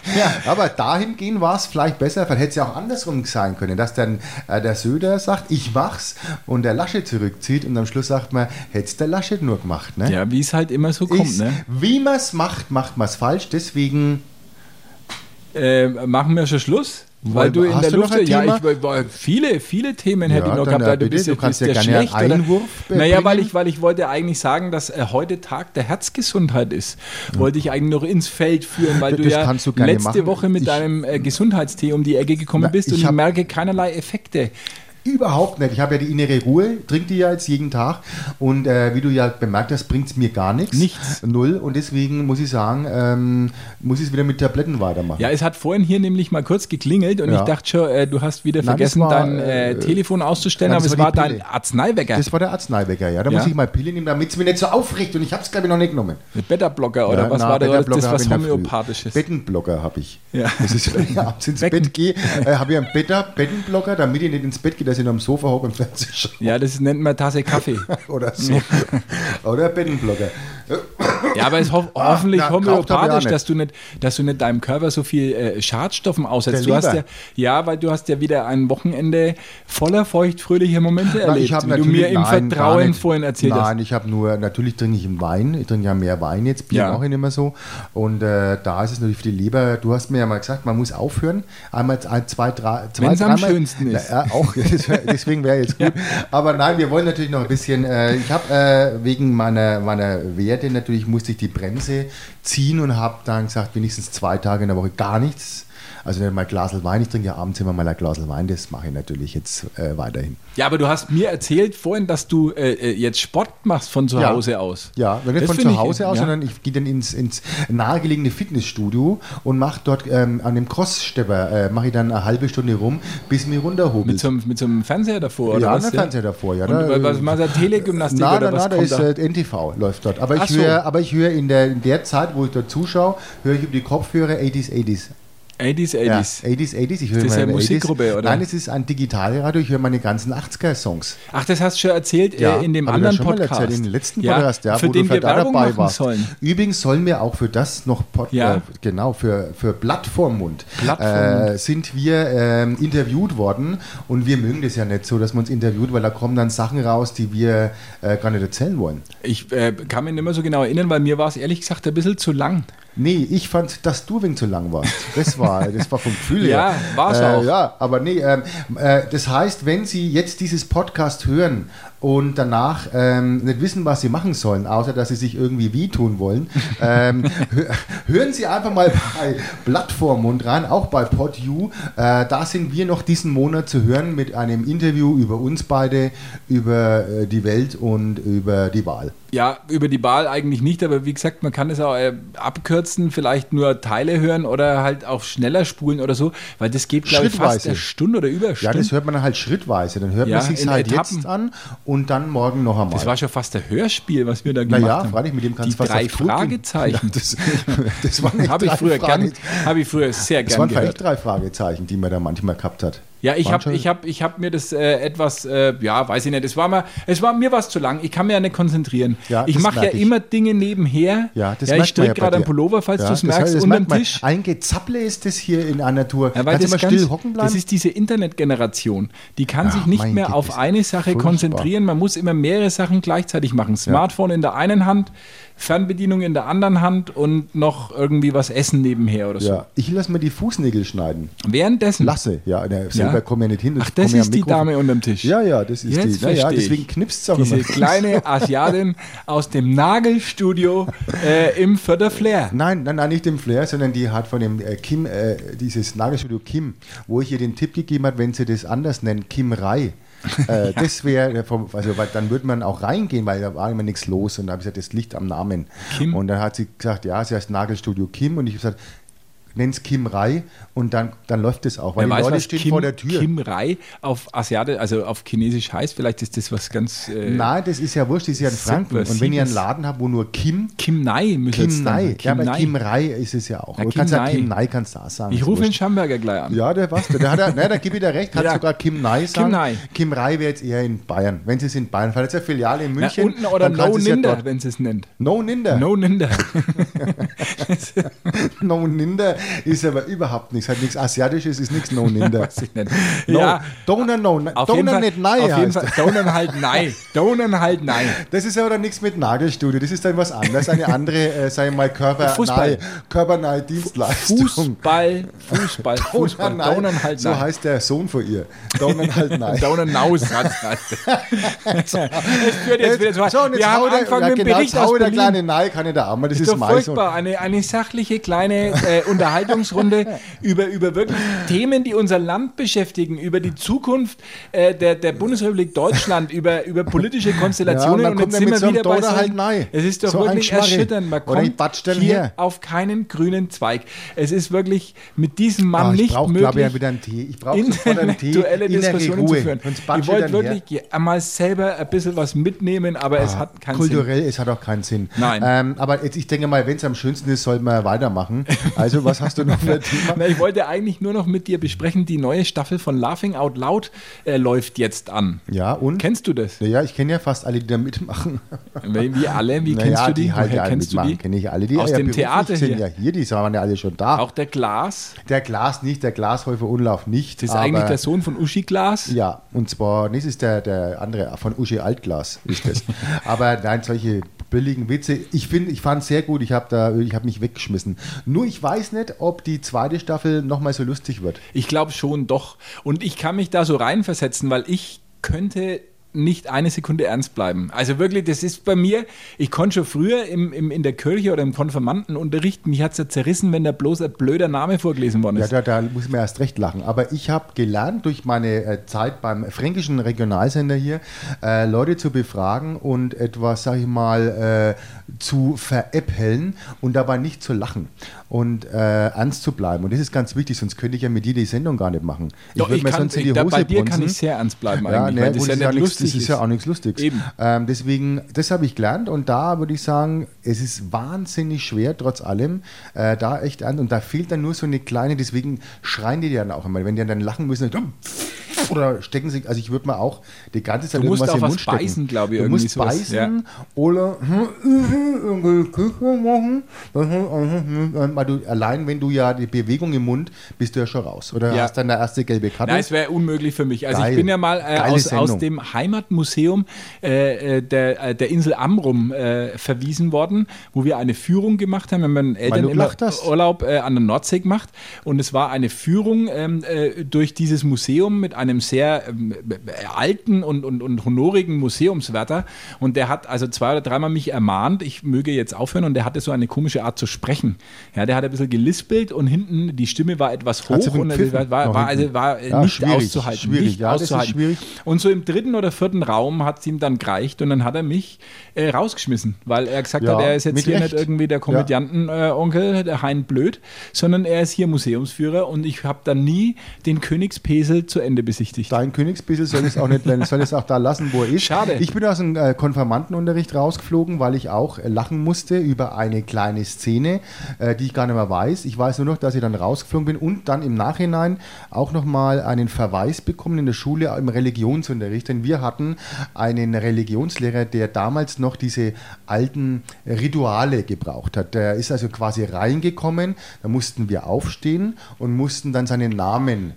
S3: Aber dahingehend war es vielleicht besser, weil hätte es ja auch andersrum sein können, dass dann äh, der Söder sagt, ich mach's und der Laschet zurückzieht und am Schluss sagt man, hätte es der Laschet nur gemacht. Ne?
S2: Ja, wie es halt immer so kommt.
S3: Ist-
S2: Ne?
S3: Wie man es macht, macht man es falsch. Deswegen
S2: Äh, machen wir schon Schluss? Weil
S3: Wollen-
S2: du in
S3: hast
S2: der
S3: du noch
S2: Luft.
S3: ein
S2: Ja,
S3: Thema?
S2: ich, weil- weil viele, viele Themen hätte
S3: Ja,
S2: ich noch
S3: dann,
S2: gehabt.
S3: ja,
S2: weil du,
S3: bitte,
S2: bist,
S3: du kannst
S2: bist
S3: ja
S2: der
S3: gerne einen
S2: schlecht, oder?
S3: Einwurf
S2: Naja, weil
S3: bringen.
S2: ich, weil ich wollte eigentlich sagen, dass äh, heute Tag der Herzgesundheit ist. Wollte ich eigentlich noch ins Feld führen, weil
S3: Das
S2: du ja
S3: kannst du gerne
S2: letzte
S3: machen.
S2: Woche mit
S3: Ich-
S2: deinem äh, Gesundheitstee um die Ecke gekommen
S3: Na,
S2: bist
S3: ich
S2: und ich
S3: hab-
S2: merke keinerlei Effekte.
S3: Überhaupt nicht. Ich habe ja die innere Ruhe, trinke die ja jetzt jeden Tag. Und äh, wie du ja bemerkt hast, bringt es mir gar nichts.
S2: Nichts.
S3: Null. Und deswegen muss ich sagen, ähm, muss ich es wieder mit Tabletten weitermachen.
S2: Ja, es hat vorhin hier nämlich mal kurz geklingelt und
S3: Ja.
S2: ich dachte schon, äh, du hast wieder
S3: Nein, das
S2: vergessen,
S3: war,
S2: dein äh,
S3: äh,
S2: Telefon auszustellen,
S3: nein,
S2: aber
S3: das
S2: es
S3: war
S2: war
S3: die
S2: dein
S3: Pille.
S2: Arzneiwecker,
S3: Das war der Arzneiwecker, ja. Da
S2: Ja.
S3: muss ich mal Pille nehmen, damit es mich nicht so aufregt. Und ich habe es, glaube ich, noch nicht genommen.
S2: Beta-Blocker oder
S3: Ja,
S2: was
S3: na,
S2: war da
S3: Bettenblocker
S2: das,
S3: hab
S2: was
S3: ich in der Früh.
S2: homöopathisches?
S3: Bettenblocker habe ich.
S2: Ja.
S3: Das
S2: <laughs>
S3: ist, wenn ich abends ins
S2: Becken.
S3: Bett gehe, äh, habe ich einen Beta Bettenblocker, damit ich nicht ins Bett gehe, dass ich noch am Sofa hocke und Fernsehen schaue.
S2: Ja, das nennt man Tasse Kaffee.
S3: Oder so. Oder Bettenblocker.
S2: Ja, aber es ist ho hoffentlich
S3: na, geraucht hab ich auch
S2: homöopathisch,
S3: nicht.
S2: dass du nicht, dass du nicht deinem Körper so viel äh, Schadstoffen aussetzt.
S3: Der
S2: Du hast ja,
S3: Leber.
S2: ja, weil du hast ja wieder ein Wochenende voller feuchtfröhlicher Momente
S3: Nein,
S2: erlebt,
S3: ich habe
S2: wie du
S3: natürlich
S2: mir im
S3: nein, gar
S2: Vertrauen
S3: nicht.
S2: vorhin erzählt
S3: nein,
S2: hast.
S3: ich habe nur, natürlich trinke ich im Wein, ich trinke ja mehr Wein jetzt, Bier
S2: Ja.
S3: mache ich nicht mehr so. Und äh, da ist es natürlich für die Leber, du hast mir ja mal gesagt, man muss aufhören, einmal, ein, zwei, drei, zwei,
S2: Wenn's am
S3: dreimal.
S2: schönsten ist.
S3: Na, ja, auch, <laughs> das wär- deswegen wäre
S2: <laughs>
S3: jetzt gut. Aber nein, wir wollen natürlich noch ein bisschen, äh, ich habe äh, wegen meiner, meiner Werte natürlich, musste ich die Bremse ziehen und habe dann gesagt, wenigstens zwei Tage in der Woche gar nichts. Also nicht mal ein Glas Wein, ich trinke ja abends immer mal ein Glas Wein, das mache ich natürlich jetzt äh, weiterhin.
S2: Ja, aber du hast mir erzählt vorhin, dass du äh, äh, jetzt Sport machst von zu
S3: Ja.
S2: Hause aus.
S3: Ja, nicht
S2: Das
S3: von
S2: find
S3: zu
S2: ich-
S3: Hause aus,
S2: ja.
S3: sondern ich gehe dann ins, ins nahegelegene Fitnessstudio und mache dort ähm, an dem Crossstepper, äh, mache ich dann eine halbe Stunde rum, bis mir runterhobelt.
S2: Mit so, einem- mit so einem Fernseher davor, oder
S3: ja,
S2: was?
S3: der Fernseher davor, ja.
S2: Und,
S3: da,
S2: äh, was machst du, Telegymnastik
S3: na,
S2: oder
S3: na,
S2: was
S3: na, da
S2: kommt
S3: ist
S2: da?
S3: äh, NTV läuft dort. Aber
S2: Ach
S3: ich
S2: so.
S3: höre, aber ich höre in der, in der Zeit, wo ich dort zuschaue, höre ich über die Kopfhörer 80s, 80s.
S2: 80s, 80s.
S3: Ja, 80s, 80s. Ich höre
S2: Das ist
S3: immer
S2: eine
S3: 80s.
S2: Musikgruppe, oder?
S3: Nein, es ist ein Digitalradio. Ich höre meine ganzen 80er-Songs.
S2: Ach, das hast du schon erzählt
S3: Ja,
S2: äh, in dem
S3: hab ich
S2: anderen
S3: ja schon mal
S2: Podcast.
S3: Erzählt, in den letzten Podcast, ja,
S2: für den wir
S3: vielleicht auch
S2: Werbung machen sollen.
S3: Übrigens sollen wir auch für das noch Pod
S2: Ja.
S3: äh, genau für für Blatt vorm Mund
S2: Blatt vorm
S3: äh, sind wir ähm, interviewt worden und wir mögen das ja nicht so, dass man uns interviewt, weil da kommen dann Sachen raus, die wir äh, gar nicht erzählen wollen.
S2: Ich äh, kann mich nicht mehr so genau erinnern, weil mir war es ehrlich gesagt ein bisschen zu lang.
S3: Nee, ich fand, dass du wegen zu lang warst. Das war, das war vom
S2: <laughs>
S3: Gefühl
S2: Ja,
S3: her.
S2: war's
S3: äh,
S2: auch.
S3: Ja, aber nee, ähm, äh, das heißt, wenn Sie jetzt dieses Podcast hören und danach ähm, nicht wissen, was Sie machen sollen, außer dass Sie sich irgendwie wie tun
S2: <laughs>
S3: wollen, ähm, hö- hören Sie einfach mal bei Plattformmund rein, auch bei PodU. Äh, da sind wir noch diesen Monat zu hören mit einem Interview über uns beide, über äh, die Welt und über die Wahl.
S2: Ja, über die Wahl eigentlich nicht, aber wie gesagt, man kann es auch äh, abkürzen, vielleicht nur Teile hören oder halt auch schneller spulen oder so, weil das geht, glaube ich, fast
S3: Schrittweise.
S2: eine Stunde oder über eine
S3: Ja,
S2: Stunde.
S3: das hört man dann halt schrittweise. Dann hört
S2: Ja,
S3: man sich
S2: in
S3: halt
S2: Etappen.
S3: jetzt an und dann morgen noch einmal.
S2: Das war schon fast ein Hörspiel, was wir da gemacht
S3: naja,
S2: haben.
S3: freilich, mit dem kannst
S2: Die drei
S3: auf Tour gehen.
S2: Fragezeichen.
S3: <laughs> Ja, das, das waren
S2: <laughs>
S3: echt
S2: Habe ich,
S3: drei
S2: früher gern,
S3: Fragezeichen.
S2: hab ich früher sehr
S3: Das
S2: gern
S3: waren
S2: gehört.
S3: vielleicht drei Fragezeichen, die man da manchmal gehabt hat.
S2: Ja, ich
S3: Waren
S2: habe
S3: schon-
S2: ich hab, ich hab mir das äh, etwas, äh, ja, weiß ich nicht, es war, mal, es war mir was zu lang, ich kann mir ja nicht konzentrieren.
S3: Ja,
S2: ich
S3: das
S2: mache ja
S3: merk ich.
S2: immer Dinge nebenher.
S3: Ja, das merkt
S2: ich
S3: man ja
S2: stricke
S3: bei
S2: gerade einen
S3: dir.
S2: Pullover, falls
S3: Ja,
S2: du es
S3: das-
S2: merkt,
S3: das
S2: unterm
S3: merkt man.
S2: Tisch.
S3: Ein Gezapple ist das hier in einer Tour.
S2: Ja,
S3: Kannst
S2: weil
S3: du
S2: das,
S3: mal
S2: ganz,
S3: still hocken bleiben?
S2: das ist diese Internetgeneration. Die kann sich
S3: Ach,
S2: nicht
S3: mein
S2: mehr
S3: Gott,
S2: auf
S3: ist
S2: eine Sache
S3: furchtbar.
S2: konzentrieren. Man muss immer mehrere Sachen gleichzeitig machen. Smartphone in der einen Hand, Fernbedienung in der anderen Hand und noch irgendwie was essen nebenher oder so.
S3: ja, ich lasse mir die Fußnägel schneiden.
S2: Währenddessen.
S3: Lasse, ja, der selber komme ja nicht hin.
S2: Ach, das
S3: komme ja am
S2: ist die
S3: Mikrofon.
S2: Dame unterm Tisch.
S3: Ja, ja, das ist
S2: Jetzt
S3: die. Naja,
S2: versteh ich.
S3: deswegen knipst es auch
S2: Diese
S3: immer.
S2: kleine Asiatin aus dem Nagelstudio äh, im Förder Flair.
S3: Nein, nein, nein, nicht dem Flair, sondern die hat von dem äh, Kim, äh, dieses Nagelstudio Kim, wo ich ihr den Tipp gegeben habe, wenn sie das anders nennen, Kim Rai.
S2: <laughs>
S3: Äh, Das wäre, vom- also weil dann würde man auch reingehen, weil da war immer nichts los und da habe ich gesagt, das liegt am Namen.
S2: Kim?
S3: Und dann hat sie gesagt, ja, sie heißt Nagelstudio Kim und ich habe gesagt, nenn's Kim Rai und dann, dann läuft es auch. Weil
S2: Wer
S3: die
S2: weiß,
S3: Leute
S2: was
S3: stehen
S2: Kim,
S3: vor der Tür.
S2: Kim Rai auf Asiate, also auf Chinesisch heißt. Vielleicht ist das was ganz. Äh,
S3: Nein, das ist ja wurscht, das ist ja in Franken. Und wenn ihr einen
S2: Subversives.
S3: Laden habt, wo nur Kim,
S2: Kim Nai müsste
S3: Kim Nai, ja,
S2: Kim
S3: aber
S2: Nai.
S3: Kim Rai ist es ja auch.
S2: Ja,
S3: du
S2: Kim
S3: kannst ja
S2: Nai.
S3: Kim Nai kannst du auch sagen.
S2: ich
S3: ist
S2: rufe den
S3: wurscht.
S2: Schamberger gleich an.
S3: ja, der was, der hat er, nein, da gebe ich dir recht, hat
S2: Ja.
S3: sogar Kim Nai sagen.
S2: Nai.
S3: Kim Rai wäre jetzt eher in Bayern. Wenn sie es in Bayern, vielleicht ist ja Filiale in
S2: Na,
S3: München.
S2: unten oder
S3: dann kannst
S2: No
S3: du es ja
S2: Ninder,
S3: dort-
S2: wenn sie es nennt.
S3: No Ninder.
S2: No Ninder.
S3: <laughs>
S2: <laughs>
S3: No Ninder ist aber überhaupt nichts. Hat nichts Asiatisches, ist nichts No
S2: <laughs>
S3: Ninder.
S2: Weiß ich nicht.
S3: No,
S2: Ja,
S3: Donner No
S2: auf jeden
S3: Donner
S2: Fall.
S3: nicht Nein
S2: auf jeden
S3: heißt
S2: Fall. Donen halt
S3: <laughs>
S2: Nein. Donen halt Nein.
S3: Das ist ja aber nichts mit Nagelstudio, das ist dann was anderes, eine andere, äh, sagen wir mal, körpernahe,
S2: Fußball.
S3: körpernahe Dienstleistung.
S2: Fußball, Fußball, Fußball.
S3: Donau-
S2: Donen halt
S3: so
S2: Nein.
S3: heißt der Sohn von ihr. Donan
S2: <laughs>
S3: halt nein. <laughs>
S2: Donen Naus. Das führt jetzt wieder zu weit.
S3: so, und jetzt
S2: Wir haben
S3: haut er-
S2: angefangen
S3: ja,
S2: mit dem
S3: genau,
S2: Bericht
S3: jetzt haut
S2: aus
S3: der
S2: Berlin.
S3: kleine Nein, kann nicht der Arme, das ist,
S2: doch
S3: mein Sohn.
S2: furchtbar. Eine, eine sachliche kleine äh,
S3: <laughs>
S2: Unterhaltungsrunde über, über wirklich Themen, die unser Land beschäftigen, über die Zukunft äh, der, der Bundesrepublik Deutschland, über, über politische Konstellationen.
S3: Ja, und dann kommt er mit so einem Donner halt nein.
S2: Es ist doch
S3: So ein
S2: wirklich
S3: Schmarri.
S2: erschütternd. Man
S3: Oder ich
S2: kommt
S3: batsch den
S2: hier
S3: her.
S2: auf keinen grünen Zweig. Es ist wirklich mit diesem Mann
S3: Ah, ich
S2: nicht
S3: brauche,
S2: möglich.
S3: glaube ich, ja wieder einen Tee. Ich brauche sofort einen Tee.
S2: intellektuelle
S3: innere
S2: Diskussionen
S3: Ruhe.
S2: zu führen.
S3: Sonst
S2: Ihr
S3: batscht er
S2: wollt
S3: dann her. Ah,
S2: wirklich einmal selber ein bisschen was mitnehmen, aber es hat keinen Sinn.
S3: Kulturell, es hat auch keinen Sinn.
S2: Nein.
S3: Ähm, aber jetzt, ich denke mal, wenn es am schönsten ist, sollten wir weitermachen. Also, was hast du noch für ein Thema?
S2: <laughs> Na, ich wollte eigentlich nur noch mit dir besprechen, die neue Staffel von Laughing Out Loud äh, läuft jetzt an.
S3: Ja, und?
S2: Kennst du
S3: <laughs>
S2: das?
S3: naja, ich kenne ja fast alle, die da mitmachen.
S2: Wie wie alle, wie
S3: Naja,
S2: kennst du die?
S3: halt
S2: Woher
S3: ja
S2: kennst du die?
S3: Kenne ich alle, die
S2: Aus
S3: ja
S2: dem
S3: beruflich
S2: Theater
S3: sind.
S2: hier.
S3: Ja, hier, die waren ja alle schon da.
S2: Auch der Glas,
S3: der Glas nicht, der Glashäufer Unlauf nicht.
S2: das ist
S3: aber-
S2: eigentlich der Sohn von Uschi Glas.
S3: Ja, und zwar, nee, das ist der, der andere, von Uschi Altglas ist das. Aber nein, solche billigen Witze, ich finde, ich fand es sehr gut, ich habe da, ich habe mich weggeschmissen. Nur ich weiß nicht, ob die zweite Staffel nochmal so lustig wird.
S2: Ich glaube schon, doch. Und ich kann mich da so reinversetzen, weil ich könnte nicht eine Sekunde ernst bleiben. Also wirklich, das ist bei mir, ich konnte schon früher im, im, in der Kirche oder im Konfirmandenunterricht, mich hat es ja zerrissen, wenn da bloß ein blöder Name vorgelesen worden
S3: Ja,
S2: ist.
S3: da, da muss man erst recht lachen. Aber ich habe gelernt durch meine äh, Zeit beim fränkischen Regionalsender hier, äh, Leute zu befragen und etwas, sag ich mal, äh, zu veräppeln und dabei nicht zu lachen und äh, ernst zu bleiben. Und das ist ganz wichtig, sonst könnte ich ja mit dir die Sendung gar nicht machen.
S2: Doch,
S3: würd mir sonst in die Hose
S2: da, bei dir
S3: brunzen.
S2: kann ich sehr ernst bleiben
S3: Ja,
S2: eigentlich,
S3: nee,
S2: weil
S3: gut,
S2: das ja
S3: ist ja
S2: nicht
S3: nix,
S2: lustig
S3: das ist ja auch nichts Lustiges.
S2: Eben.
S3: Ähm, deswegen, das habe ich gelernt und da würde ich sagen, es ist wahnsinnig schwer, trotz allem, äh, da echt an. Und da fehlt dann nur so eine kleine, deswegen schreien die dann auch immer. Wenn die dann lachen müssen, dann oder stecken sie, also ich würde mal auch die ganze Zeit
S2: Du musst
S3: irgendwas
S2: auch
S3: in den
S2: was
S3: Mund stecken.
S2: beißen, glaube ich,
S3: Du
S2: irgendwie
S3: musst
S2: sowas,
S3: beißen
S2: ja.
S3: oder irgendwie Küche machen. Weil du, allein wenn du ja die Bewegung im Mund, bist du ja schon raus. Oder
S2: Ja.
S3: hast dann der erste gelbe Karte.
S2: Nein, es wäre unmöglich für mich. Also
S3: Geil.
S2: ich bin ja mal äh,
S3: Geile
S2: aus, aus
S3: Sendung.
S2: dem Heimatmuseum äh, äh, der, äh, der Insel Amrum äh, verwiesen worden, wo wir eine Führung gemacht haben, wenn man Eltern
S3: du
S2: immer
S3: gelacht hast.
S2: Urlaub äh, an der Nordsee gemacht. Und es war eine Führung ähm, äh, durch dieses Museum mit einem sehr ähm, äh, alten und, und, und honorigen Museumswärter. Und der hat also zwei oder dreimal mich ermahnt, ich möge jetzt aufhören. Und der hatte so eine komische Art zu sprechen. Ja, der hat ein bisschen gelispelt und hinten die Stimme war etwas
S3: Hat sie
S2: hoch und
S3: gepfiffen?
S2: war, war,
S3: Nach
S2: war,
S3: hinten.
S2: also war äh,
S3: Ja,
S2: nicht
S3: schwierig,
S2: auszuhalten.
S3: schwierig,
S2: nicht
S3: ja, das ist
S2: auszuhalten.
S3: schwierig.
S2: Und so im dritten oder vierten Raum hat es ihm dann gereicht und dann hat er mich äh, rausgeschmissen, weil er gesagt
S3: Ja,
S2: hat, er ist jetzt
S3: mit
S2: hier
S3: Recht.
S2: nicht irgendwie der Komödiantenonkel, äh, Onkel, der Hein Blöd, sondern er ist hier Museumsführer und ich habe dann nie den Königspesel zu Ende besichtigt.
S3: Dein Königspissel soll es auch nicht <laughs> lernen, soll es auch da lassen, wo er ist.
S2: Schade.
S3: Ich bin aus dem äh, Konfirmandenunterricht rausgeflogen, weil ich auch äh, lachen musste über eine kleine Szene, äh, die ich gar nicht mehr weiß. Ich weiß nur noch, dass ich dann rausgeflogen bin und dann im Nachhinein auch nochmal einen Verweis bekommen in der Schule im Religionsunterricht. Denn wir hatten einen Religionslehrer, der damals noch diese alten Rituale gebraucht hat. Der ist also quasi reingekommen, da mussten wir aufstehen und mussten dann seinen Namen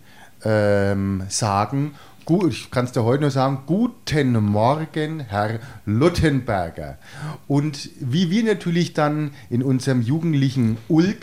S3: ähm, sagen, gut, ich kann es dir heute nur sagen, guten Morgen, Herr Luttenberger. Und wie wir natürlich dann in unserem jugendlichen Ulk,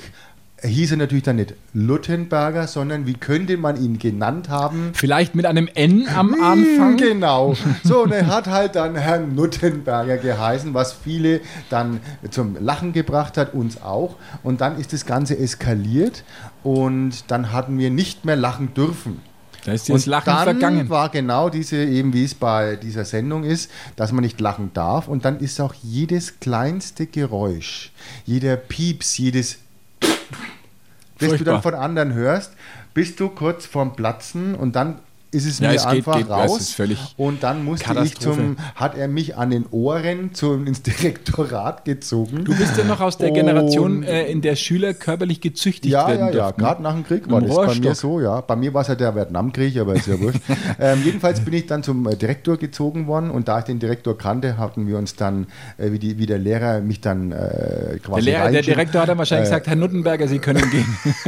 S3: hieß er natürlich dann nicht Luttenberger, sondern wie könnte man ihn genannt haben?
S2: Vielleicht mit einem N am
S3: Mm,
S2: Anfang. <laughs>
S3: Genau. So, und er hat halt dann Herrn Nuttenberger geheißen, was viele dann zum Lachen gebracht hat, uns auch. Und dann ist das Ganze eskaliert und dann hatten wir nicht mehr lachen dürfen.
S2: Da ist dir das
S3: Und
S2: Lachen
S3: dann
S2: vergangen.
S3: war genau diese, eben wie es bei dieser Sendung ist, dass man nicht lachen darf. Und dann ist auch
S2: <laughs>
S3: jedes kleinste Geräusch, jeder Pieps, jedes das du
S2: Furchtbar.
S3: dann von anderen hörst, bist du kurz vorm Platzen und dann ist es
S2: Ja,
S3: mir
S2: es geht-
S3: einfach
S2: geht- das
S3: raus.
S2: ist völlig
S3: und dann musste ich
S2: Katastrophe.
S3: zum, hat er mich an den Ohren zum, ins <laughs> Direktorat gezogen.
S2: Du bist ja noch aus der
S3: Und-
S2: Generation, äh, in der Schüler körperlich gezüchtigt
S3: ja,
S2: werden
S3: ja, ja,
S2: durften.
S3: gerade nach dem Krieg
S2: Mit
S3: war
S2: dem
S3: das bei mir
S2: Rohrstock.
S3: so, ja. Bei mir war es ja der Vietnamkrieg, aber ist ja
S2: <laughs>
S3: wurscht. ähm, jedenfalls bin ich dann zum äh, Direktor gezogen worden und da ich den Direktor kannte, hatten wir uns dann, äh, wie, die, wie der Lehrer mich dann äh,
S2: Der,
S3: quasi
S2: Lehrer, der
S3: reinschickt- <laughs>
S2: Direktor hat dann
S3: Äh.
S2: wahrscheinlich gesagt, Herr Nuttenberger, Sie können gehen. <laughs>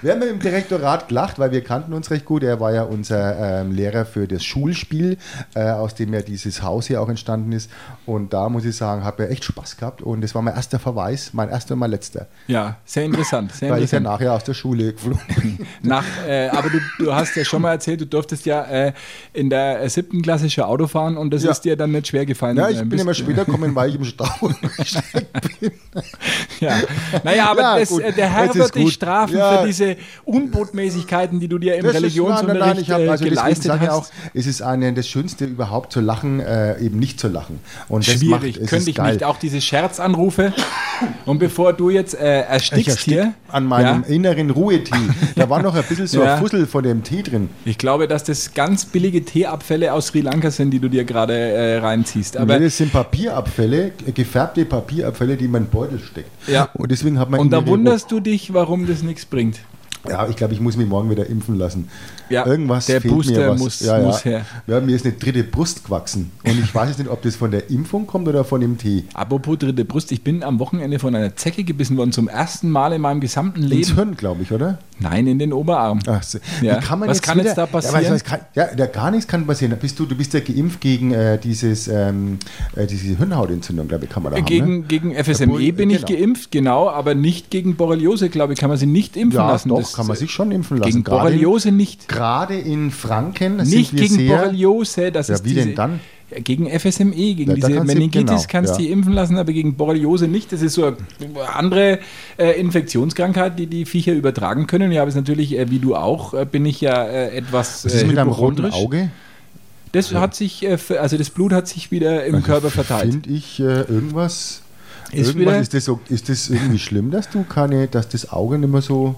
S3: Wir haben mit dem Direktorat gelacht, weil wir kannten uns recht gut. Er war ja unser ähm, Lehrer für das Schulspiel, äh, aus dem ja dieses Haus hier auch entstanden ist. Und da muss ich sagen, habe ja echt Spaß gehabt. Und das war mein erster Verweis, mein erster und mein letzter.
S2: Ja, sehr interessant. Sehr
S3: Weil ich ja
S2: interessant.
S3: nachher aus der Schule geflogen bin.
S2: Nach, äh, aber du, du hast ja schon mal erzählt, du durftest ja äh, in der äh, siebten Klasse schon Auto fahren und das
S3: Ja.
S2: ist dir dann nicht schwer gefallen.
S3: Ja,
S2: Äh,
S3: ich bin
S2: bist-
S3: immer später gekommen, weil ich im Stau
S2: <laughs> Ja. Naja, aber
S3: Ja,
S2: das,
S3: gut.
S2: äh, der
S3: Das
S2: Herr
S3: ist
S2: wird dich
S3: gut.
S2: strafen
S3: Ja.
S2: für diese Unbotmäßigkeiten, die du dir im
S3: Das ist-
S2: Religionsunterricht
S3: ich hab-
S2: äh,
S3: also deswegen
S2: geleistet
S3: sag ich
S2: hast.
S3: Auch, es ist eine, das Schönste überhaupt zu lachen, äh, eben nicht zu lachen. Und das macht-
S2: Schwierig,
S3: es ist
S2: könnte ich
S3: geil.
S2: nicht. Auch diese Scherzanrufe. Und bevor du jetzt äh,
S3: Ich
S2: erstickst
S3: erstick
S2: hier,
S3: an meinem
S2: ja,
S3: inneren Ruhetee. Da war noch ein bisschen so
S2: Ja.
S3: ein Fussel von dem Tee drin.
S2: ich glaube, dass das ganz billige Teeabfälle aus Sri Lanka sind, die du dir gerade äh, reinziehst.
S3: Aber
S2: Aber
S3: das sind Papierabfälle, äh, gefärbte Papierabfälle, die in meinen Beutel steckt.
S2: Ja.
S3: Und deswegen hat man
S2: und da
S3: innere
S2: wunderst du dich, warum das nichts bringt.
S3: Ruhe. Ja, ich glaube, ich muss mich morgen wieder impfen lassen.
S2: Ja,
S3: Irgendwas
S2: der
S3: fehlt
S2: Booster
S3: mir was.
S2: muss-
S3: ja, ja.
S2: muss her.
S3: Ja, mir ist eine dritte Brust gewachsen. Und ich weiß jetzt nicht, ob das von der Impfung kommt oder von dem Tee.
S2: Apropos dritte Brust, ich bin am Wochenende von einer Zecke gebissen worden, zum ersten Mal in meinem gesamten
S3: Ins
S2: Leben.
S3: Hirn, glaube ich, oder?
S2: Nein, in den Oberarm.
S3: Ach, so.
S2: Ja.
S3: Wie kann man
S2: Was
S3: jetzt
S2: kann
S3: wieder,
S2: jetzt da
S3: Ja,
S2: passieren?
S3: was, was kann, ja, da gar nichts kann passieren. Da Bist du, du bist ja geimpft gegen äh, dieses, ähm, äh, diese Hirnhautentzündung, glaube ich, kann man ne? da haben.
S2: Gegen, gegen FSME
S3: Obwohl,
S2: E bin ich
S3: genau.
S2: geimpft, genau, aber nicht gegen Borreliose, glaube ich, kann man sie nicht impfen
S3: Ne? Ja,
S2: lassen.
S3: doch,
S2: Das-
S3: kann man sich schon impfen lassen.
S2: Gegen
S3: Gerade in-
S2: Borreliose nicht.
S3: Gerade in Franken
S2: Nicht
S3: sind wir
S2: gegen
S3: sehr,
S2: Borreliose, das
S3: Ja,
S2: ist
S3: wie
S2: diese,
S3: denn dann?
S2: Ja, Gegen FSME, E, gegen
S3: Ja, da
S2: diese
S3: kannst du-
S2: Meningitis
S3: genau,
S2: kannst du
S3: ja.
S2: die impfen lassen, aber gegen Borreliose nicht. Das ist so eine andere äh, Infektionskrankheit, die die Viecher übertragen können. Ja, aber es ist natürlich, äh, wie du auch, äh, bin ich ja äh, etwas
S3: Was ist
S2: äh,
S3: mit deinem roten
S2: hypochondrisch.
S3: Auge?
S2: Das hat sich, äh, ver- also das Blut hat sich wieder im Körper verteilt.
S3: Finde ich äh, irgendwas.
S2: Ist
S3: irgendwas
S2: wieder-
S3: ist, das so, ist das irgendwie schlimm, dass du keine, dass das Auge nicht mehr so.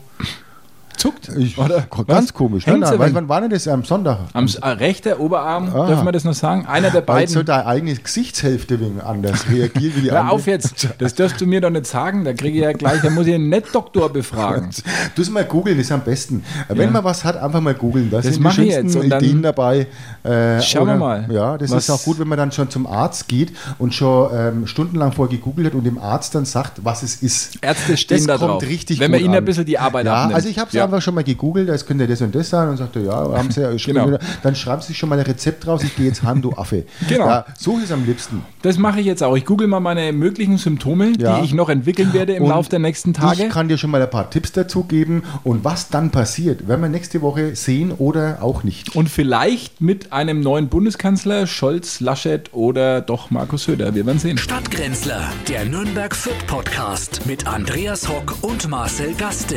S2: Zuckt.
S3: Ich, ganz
S2: Was?
S3: komisch.
S2: Hängt's
S3: Nein, nein,
S2: aber-
S3: weil, wann war denn das? Am Sonntag.
S2: Am S- äh, rechter Oberarm,
S3: Ah.
S2: dürfen wir das noch sagen? Einer der
S3: Weil so
S2: beiden.
S3: deine eigene Gesichtshälfte wegen anders reagiert wie die
S2: Hör auf
S3: andere.
S2: jetzt, das darfst du mir doch nicht sagen. Da kriege ich ja gleich, da muss ich einen Nettdoktor befragen.
S3: Du es mal googeln, ist am besten. Wenn man was hat, einfach mal googeln. Da sind die
S2: mach ich
S3: schönsten
S2: jetzt und dann
S3: Ideen dabei. Äh,
S2: schauen wir mal,
S3: Ja, das
S2: was-
S3: ist auch gut, wenn man dann schon zum Arzt geht und schon ähm, stundenlang vorher gegoogelt hat und dem Arzt dann sagt, was es ist.
S2: Ärzte stehen
S3: das
S2: da
S3: kommt
S2: drauf,
S3: richtig
S2: wenn man
S3: gut
S2: ihnen ein
S3: an.
S2: bisschen die Arbeit
S3: ja,
S2: abnimmt.
S3: Also ich habe es
S2: Ja.
S3: einfach schon mal gegoogelt, das könnte das und das sein und sagte, ja, haben sie
S2: <laughs>
S3: ja schon
S2: Genau.
S3: wieder. Dann schreiben sie sich schon mal ein Rezept raus, ich gehe jetzt heim, du Affe.
S2: Genau.
S3: Ja, so ist es am liebsten.
S2: Das mache ich jetzt auch. Ich google mal meine möglichen Symptome,
S3: Ja.
S2: die ich noch entwickeln werde im
S3: Und
S2: Laufe der nächsten Tage.
S3: Ich kann dir schon mal ein paar Tipps dazu geben und was dann passiert, werden wir nächste Woche sehen oder auch nicht.
S2: Und vielleicht mit einem neuen Bundeskanzler, Scholz, Laschet oder doch Markus Söder. Wir werden sehen.
S1: Stadtgrenzler, der Nürnberg Fit Podcast mit Andreas Hock und Marcel Gaste.